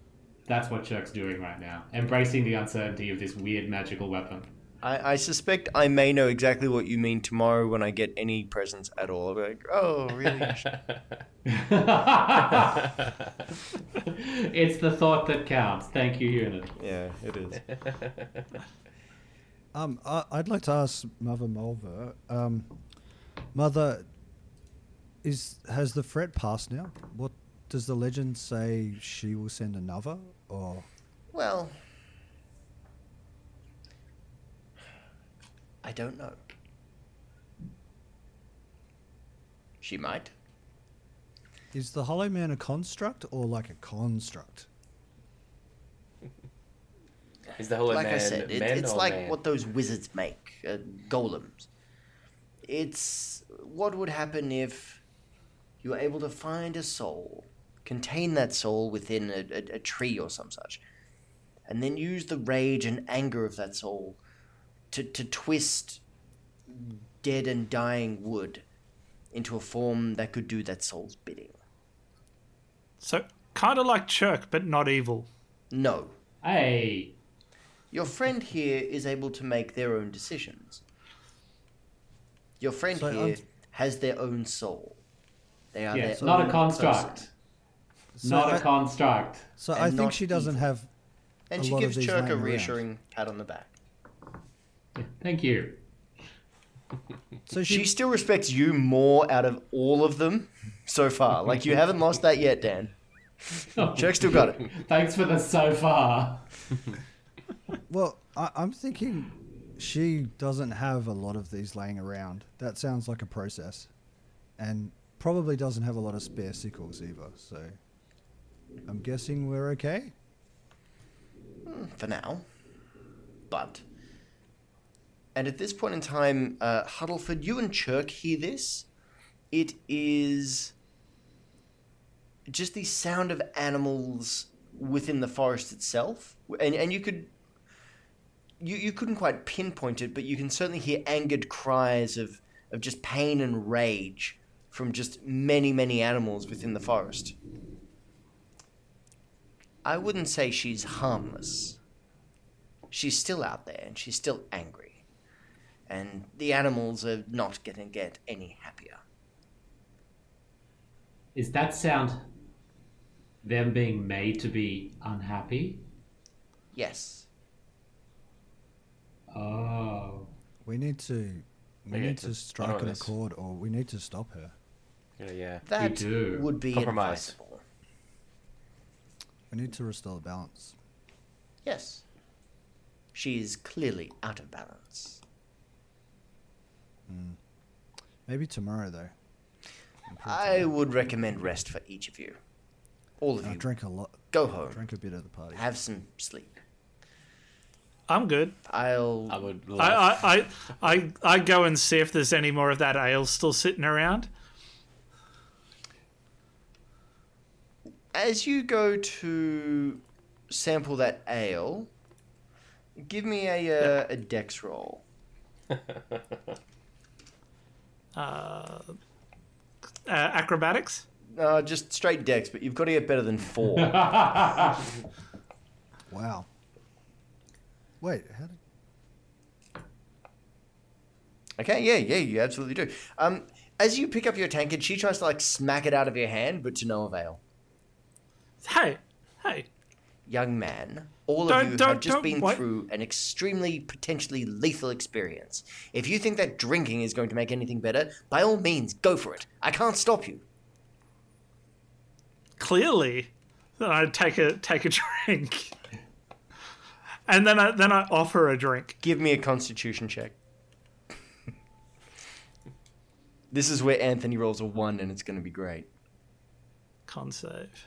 that's what Chirk's doing right now, embracing the uncertainty of this weird magical weapon.
I, I suspect I may know exactly what you mean tomorrow when I get any presents at all. I'll be like, oh, really?
it's the thought that counts. Thank you, unit.
yeah, it is.
Um, I, I'd like to ask Mother Mulver, um, Mother, is has the threat passed now? What does the legend say? She will send another, or
Well, I don't know. She might.
Is the Hollow Man a construct or like a construct?
Is the Hollow
like
Man
I said, it,
men
it's
or
like
man?
what those wizards make uh, golems. It's what would happen if you were able to find a soul, contain that soul within a, a, a tree or some such, and then use the rage and anger of that soul to, to twist dead and dying wood into a form that could do that soul's bidding.
So kind of like Chirk, but not evil.
No,
Hey,
Your friend here is able to make their own decisions. Your friend
So,
here
um,
has their own soul. They are
yes,
their
not
own
a construct.
person.
So
not
I-
a construct.
So
and
I
not
think she doesn't
evil.
have.
And
A
she
lot of
gives
these
Chirk
lying
a
around.
reassuring pat on the back.
Thank you.
So
She
she,
still respects you more out of all of them so far. Like you haven't lost that yet, Dan. Chirk still got it.
Thanks for the so far.
well, I, I'm thinking she doesn't have a lot of these laying around. That sounds like a process, and probably doesn't have a lot of spare sickles either. So I'm guessing we're okay.
for now. But. And at this point in time, uh, Huddleford, you and Chirk hear this. It is just the sound of animals within the forest itself. And, and you could. You, you couldn't quite pinpoint it, but you can certainly hear angered cries of, of just pain and rage from just many, many animals within the forest. I wouldn't say she's harmless. She's still out there and she's still angry. And the animals are not going to get any happier.
Is that sound them being made to be unhappy?
Yes.
Oh.
We need to. We
Okay,
need
so
to strike an
otherwise-
accord, or we need to stop her.
Yeah, yeah.
That
do.
would be
Compromise.
advisable.
We need to restore the balance.
Yes. She is clearly out of balance.
Maybe tomorrow, though.
I would recommend rest for each of you. All of
I
you.
drank a lot.
Go home.
Drank a bit at the party.
Have some sleep.
I'm good.
I'll.
I would love.
I, I, I, I, I go and see if there's any more of that ale still sitting around.
As you go to sample that ale, give me a, uh, a dex roll.
Uh, acrobatics.
Uh, just straight dex, but you've got to get better than four.
Wow. Wait, how did
Okay, yeah, yeah, you absolutely do. Um, as you pick up your tankard, she tries to like smack it out of your hand, but to no avail.
Hey, hey.
Young man, all
Don't-
of you have
don't-
just
don't-
been
what-
through an extremely potentially lethal experience. If you think that drinking is going to make anything better, by all means, go for it. I can't stop you.
Clearly, then I take a take a drink, and then I then I offer a drink.
Give me a constitution check. this is where Anthony rolls a one, and it's going to be great.
Con save.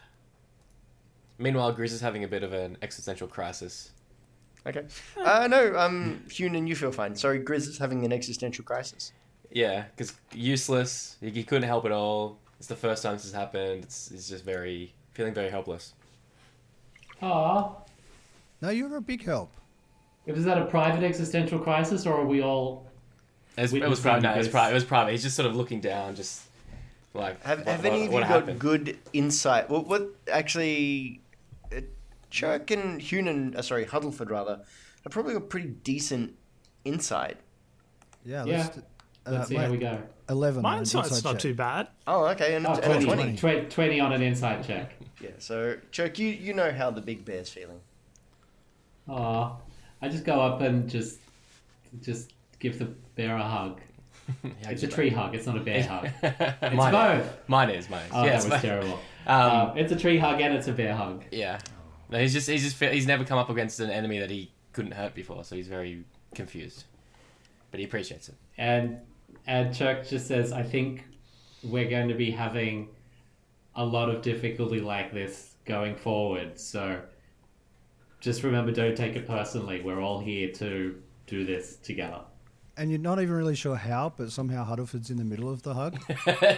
Meanwhile, Grizz is having a bit of an existential crisis.
Okay. Uh, no, um, Hunan, you feel fine. Sorry, Grizz is having an existential crisis.
Yeah, because useless. He, he couldn't help at all. It's the first time this has happened. It's, he's just very feeling very helpless.
Aw.
No, you're a big help.
Was that a private existential crisis, or are we all.
It's- it was
Witnessing
private. No, it was
this.
private. It was private. He's just sort of looking down, just like
Have,
what,
have
what-
any of you
what
got
happened?
good insight? What, what actually, uh, Chirk and Hunan, uh, sorry, Huddleford rather, have probably got pretty decent insight.
Yeah,
Yeah.
let's. d- uh,
Let's see how
wait,
we go.
11. on an
Mine side's
inside
not
check.
too bad.
Oh, okay, and,
Oh,
and a 20.
20, 20 20 on an inside check.
Yeah, so Chirk, you, you know how the big bear's feeling.
Aw. I just go up and just just give the bear a hug.
Yeah,
It's a
good
tree hug, it's not a bear hug.
man.
It's
mine, is.
both.
mine is. Mine is.
Oh,
yeah,
that
it's
was
mine.
terrible.
Um,
Um, it's a tree hug and it's a bear hug.
yeah. No, he's just he's just fe- he's never come up against an enemy that he couldn't hurt before, so he's very confused. But he appreciates it.
And and Chuck just says, I think we're going to be having a lot of difficulty like this going forward. So just remember, don't take it personally. We're all here to do this together.
And you're not even really sure how, but somehow Huddleford's in the middle of the hug.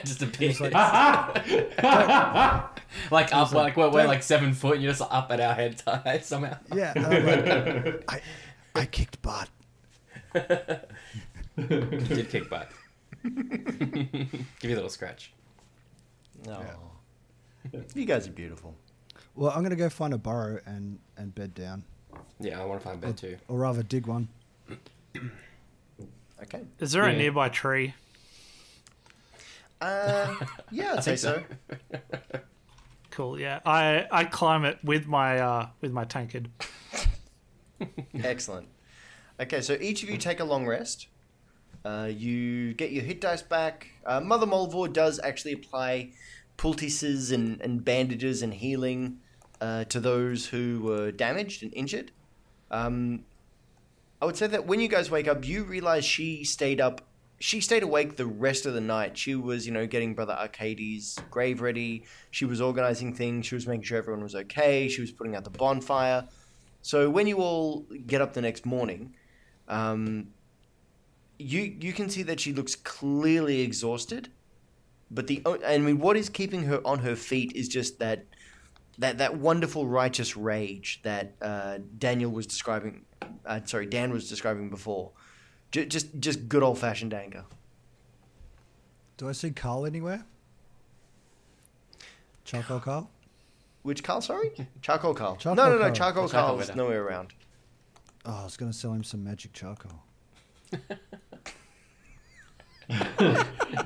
just a bit. Like, like up, like, we're, we're like seven foot, and you're just up at our head high somehow.
yeah. and I'm like, I, I kicked butt.
Did kick butt. Give you a little scratch.
No. Oh. You guys are beautiful.
Well, I'm going to go find a burrow and, and bed down,
Yeah, I want to find
Oh,
bed too.
or rather, dig one.
Okay.
Is there a
Yeah.
nearby tree?
Uh, yeah, I'd say so.
Cool. Yeah, I I climb it with my uh with my tankard.
Excellent. Okay, so each of you take a long rest. Uh, you get your hit dice back. Uh, Mother Molvor does actually apply poultices and, and bandages and healing uh, to those who were damaged and injured. Um, I would say that when you guys wake up, you realize she stayed up. She stayed awake the rest of the night. She was, you know, getting Brother Arcady's grave ready. She was organizing things. She was making sure everyone was okay. She was putting out the bonfire. So when you all get up the next morning, um, you you can see that she looks clearly exhausted, but the o- I mean, what is keeping her on her feet is just that that that wonderful righteous rage that uh, Daniel was describing. Uh, sorry, Dan was describing before. J- just just good old fashioned anger.
Do I see Carl anywhere? Charcoal Carl?
Which Carl? Sorry, charcoal Carl.
Charcoal
no, no, no,
Carl.
charcoal
Charcoal
Carl's
Widow.
nowhere around.
Oh, I was going to sell him some magic charcoal.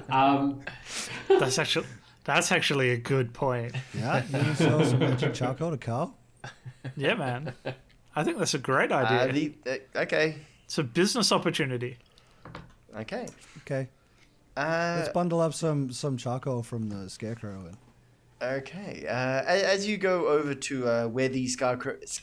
Um,
That's actually that's actually a good point.
Yeah, you can sell some magic charcoal to Carl.
Yeah, man. I think that's a great
Uh,
idea.
the, uh, okay,
it's a business opportunity.
okay.
Okay,
Uh,
let's bundle up some some charcoal from the scarecrow. And
Okay. Uh, a- as you go over to uh, where the Scarecrow, s-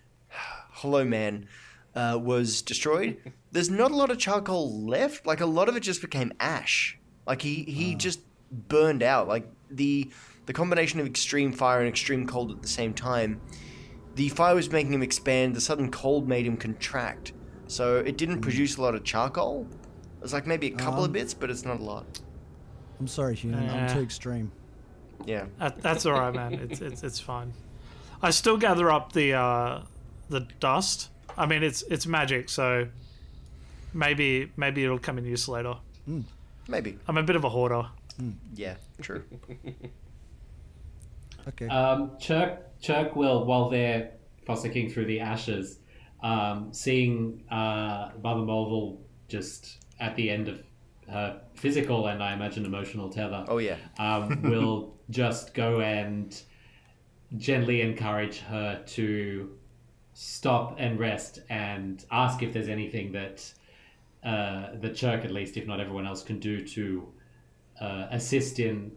Hollow Man, uh, was destroyed, there's not a lot of charcoal left. Like a lot of it just became ash. Like he he just burned out. Like the the combination of extreme fire and extreme cold at the same time. The fire was making him expand. The sudden cold made him contract. So it didn't produce a lot of charcoal. It's like maybe a couple of
Um,
bits, but it's not a lot.
I'm sorry, human,
Yeah.
I'm too extreme.
Yeah.
That, that's all right, man. It's, it's it's fine. I still gather up the uh, the dust. I mean, it's it's magic, so maybe maybe it'll come in use later.
Maybe.
I'm a bit of a hoarder.
Yeah. True.
Okay,
um, Chirk, Chirk will, while they're fossicking through the ashes, um, seeing uh, Mother Mulville just at the end of her physical and I imagine emotional tether.
Oh yeah.
um, will just go and gently encourage her to stop and rest and ask if there's anything that uh, the Chirk, at least, if not everyone else, can do to uh, assist in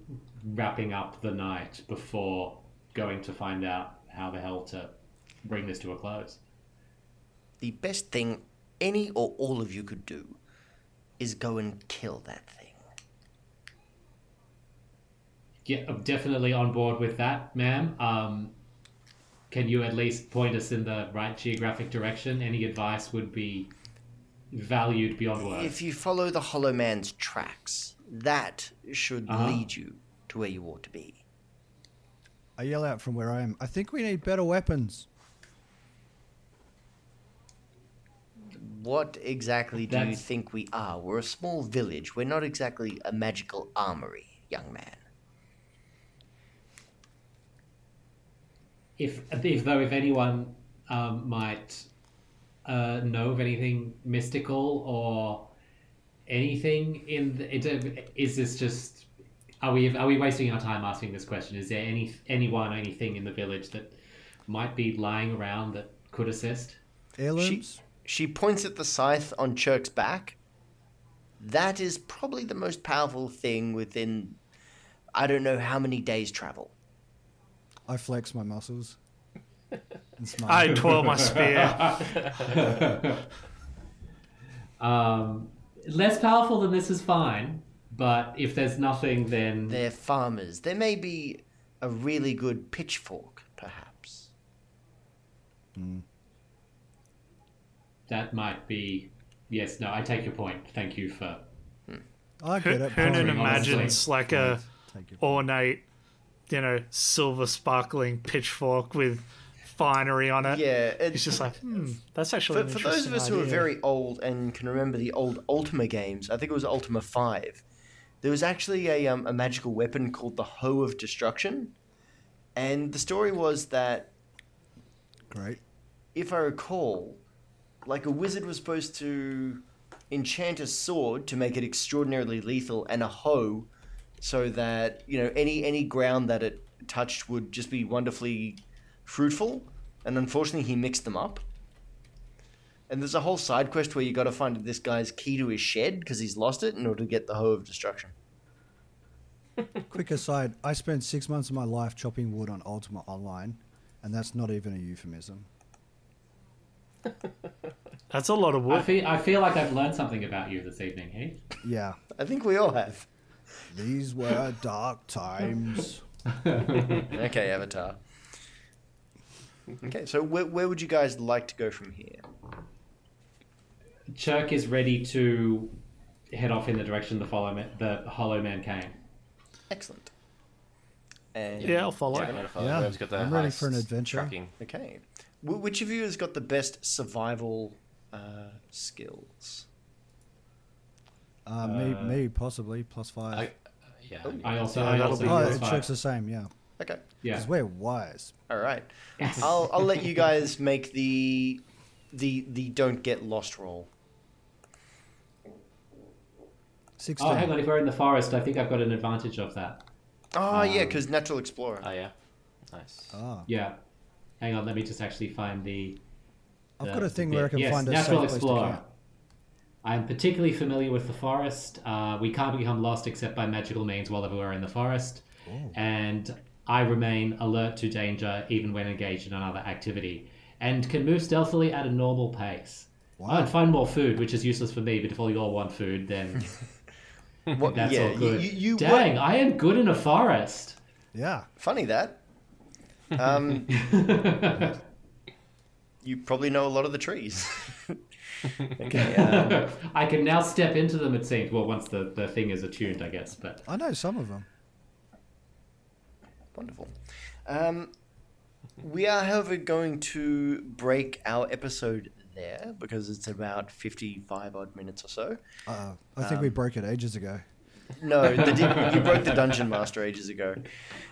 wrapping up the night before going to find out how the hell to bring this to a close.
the best thing any or all of you could do is go and kill that thing.
Yeah, I'm definitely on board with that, ma'am. Um, can you at least point us in the right geographic direction? Any advice would be valued beyond words.
If you follow the Hollow Man's tracks, that should
Uh-huh.
lead you to where you ought to be.
I yell out from where I am. I think we need better weapons.
What exactly do you
That's-
think we are? We're a small village. We're not exactly a magical armory, young man.
If, if though, if anyone um, might uh, know of anything mystical or anything in the, it- is this just are we are we wasting our time asking this question? Is there any anyone anything in the village that might be lying around that could assist?
Heirlooms?
She points at the scythe on Chirk's back. That is probably the most powerful thing within I don't know how many days travel.
I flex my muscles and smile.
I twirl my spear.
Um, less powerful than this is fine, But if there's nothing, then
They're farmers. There may be a really good pitchfork, perhaps.
that might be. Yes, no, I take your point. Thank you for.
I get it.
Hoonan
Probably.
imagines like a
Take it.
ornate, you know, silver sparkling pitchfork with finery on it.
Yeah, it's
It's just like, hmm, that's actually
for,
an
for those of
interesting
us who are
idea.
very old and can remember the old Ultima games, I think it was Ultima Five. There was actually a, um, a magical weapon called the Hoe of Destruction, and the story was that,
Great.
if I recall, like a wizard was supposed to enchant a sword to make it extraordinarily lethal, and a hoe, so that you know any any ground that it touched would just be wonderfully fruitful. And unfortunately, he mixed them up. And there's a whole side quest where you got to find this guy's key to his shed because he's lost it in order to get the hoe of destruction.
Quick aside, I spent six months of my life chopping wood on Ultima Online, and that's not even a euphemism.
That's a lot of
I
wood.
feel, I feel like I've learned something about you this evening, Heath.
Yeah.
I think we all have.
These were dark times.
Okay, Avatar. Okay, so where, where would you guys like to go from here?
Chirk is ready to head off in the direction the follow ma- the Hollow Man came.
Excellent. And
Yeah, I'll follow.
Yeah, I'm gonna follow.
Yeah,
Whoever's got the
I'm ready
highest
for an adventure.
Tracking.
Okay. Wh- which of you has got the best survival uh, skills?
Uh, me, me, possibly, plus five.
I, yeah. I mean,
I also,
Yeah,
I
that'll
also
be-
oh,
plus
it
five.
checks the same, yeah.
Okay.
Yeah.
Because we're wise.
All right.
Yes.
I'll, I'll let you guys make the the the don't get lost roll.
16.
Oh, hang on. If we're in the forest, I think I've got an advantage of that.
Oh, yeah, because natural explorer.
Oh yeah. Nice.
Ah,
Yeah. Hang on. Let me just actually find the.
I've
the-
got a thing
the
where I
bit.
can
yes,
find a
natural
safe place
explorer.
to camp.
I'm particularly familiar with the forest. Uh, we can't become lost except by magical means while we're in the forest,
Oh.
and I remain alert to danger even when engaged in another activity, and can move stealthily at a normal pace.
Wow.
Oh, and find more food, which is useless for me. But if all you all want food, then
What-
that's
yeah,
all good.
You, you, you
Dang, I am good in a forest.
Yeah.
Funny that. Um, you probably know a lot of the trees. okay. Um,
I can now step into them, it seems. Well, once the, the thing is attuned, I guess. But
I know some of them.
wonderful. Um, we are, however, going to break our episode there because it's about 55 odd minutes or so.
Uh, I think
Um,
we broke it ages ago.
No, the di- you broke the dungeon master ages ago.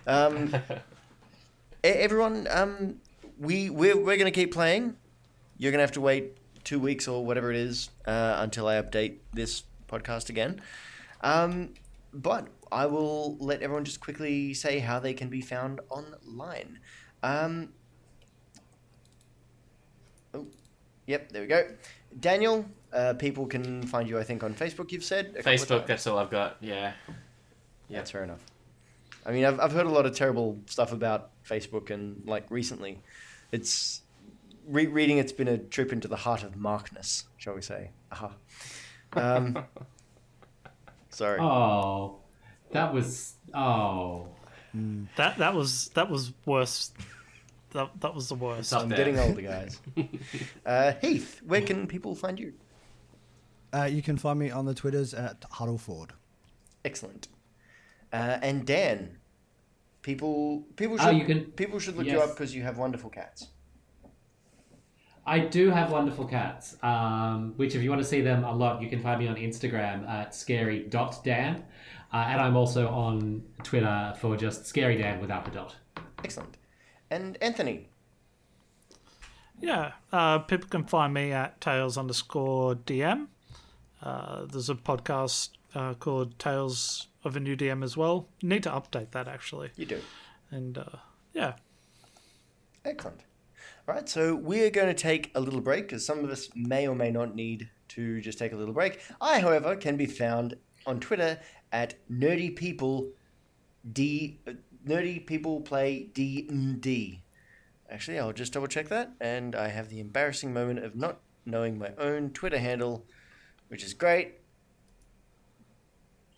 Um, e- everyone, um, we we're, we're going to keep playing. You're going to have to wait two weeks or whatever it is uh, until I update this podcast again. Um, but I will let everyone just quickly say how they can be found online. Um, oh, yep, there we go. Daniel, uh, people can find you, I think, on Facebook. You've said a couple of
Facebook.
times.
That's all I've got. Yeah.
Yeah, that's fair enough. I mean, I've, I've heard a lot of terrible stuff about Facebook, and like recently, it's re- reading it's been a trip into the heart of Markness, shall we say? Aha. Um, sorry.
oh, that was oh.
That that was that was worse. That that was the worst.
up
I'm
there.
getting older, guys. uh, Heath, where can people find you?
Uh, you can find me on the Twitters at Huddleford.
Excellent. Uh, and Dan, people people should
Oh, you can-
people should look you
yes.
up because you have wonderful cats.
I do have wonderful cats, um, which, if you want to see them a lot, you can find me on Instagram at scary.dan. Uh, and I'm also on Twitter for just scary dan without the dot.
Excellent. And Anthony,
Yeah, uh, people can find me at tails underscore DM. Uh, there's a podcast uh, called Tales of a New DM as well. Need to update that actually.
you do.
And uh, yeah,
Excellent. All right, so we're going to take a little break because some of us may or may not need to just take a little break. I, however, can be found on Twitter at nerdy people d uh, nerdy people play d and d. Actually, I'll just double check that, and I have the embarrassing moment of not knowing my own Twitter handle, which is great.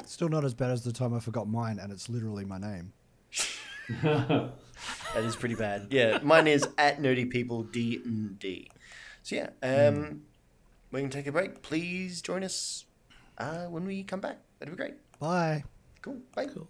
Still not as bad as the time I forgot mine, and it's literally my name.
That is pretty bad. Yeah, mine is at nerdy people D and D. So yeah, um, we can take a break. Please join us uh, when we come back. That'd be great.
Bye.
Cool. Bye.
Cool.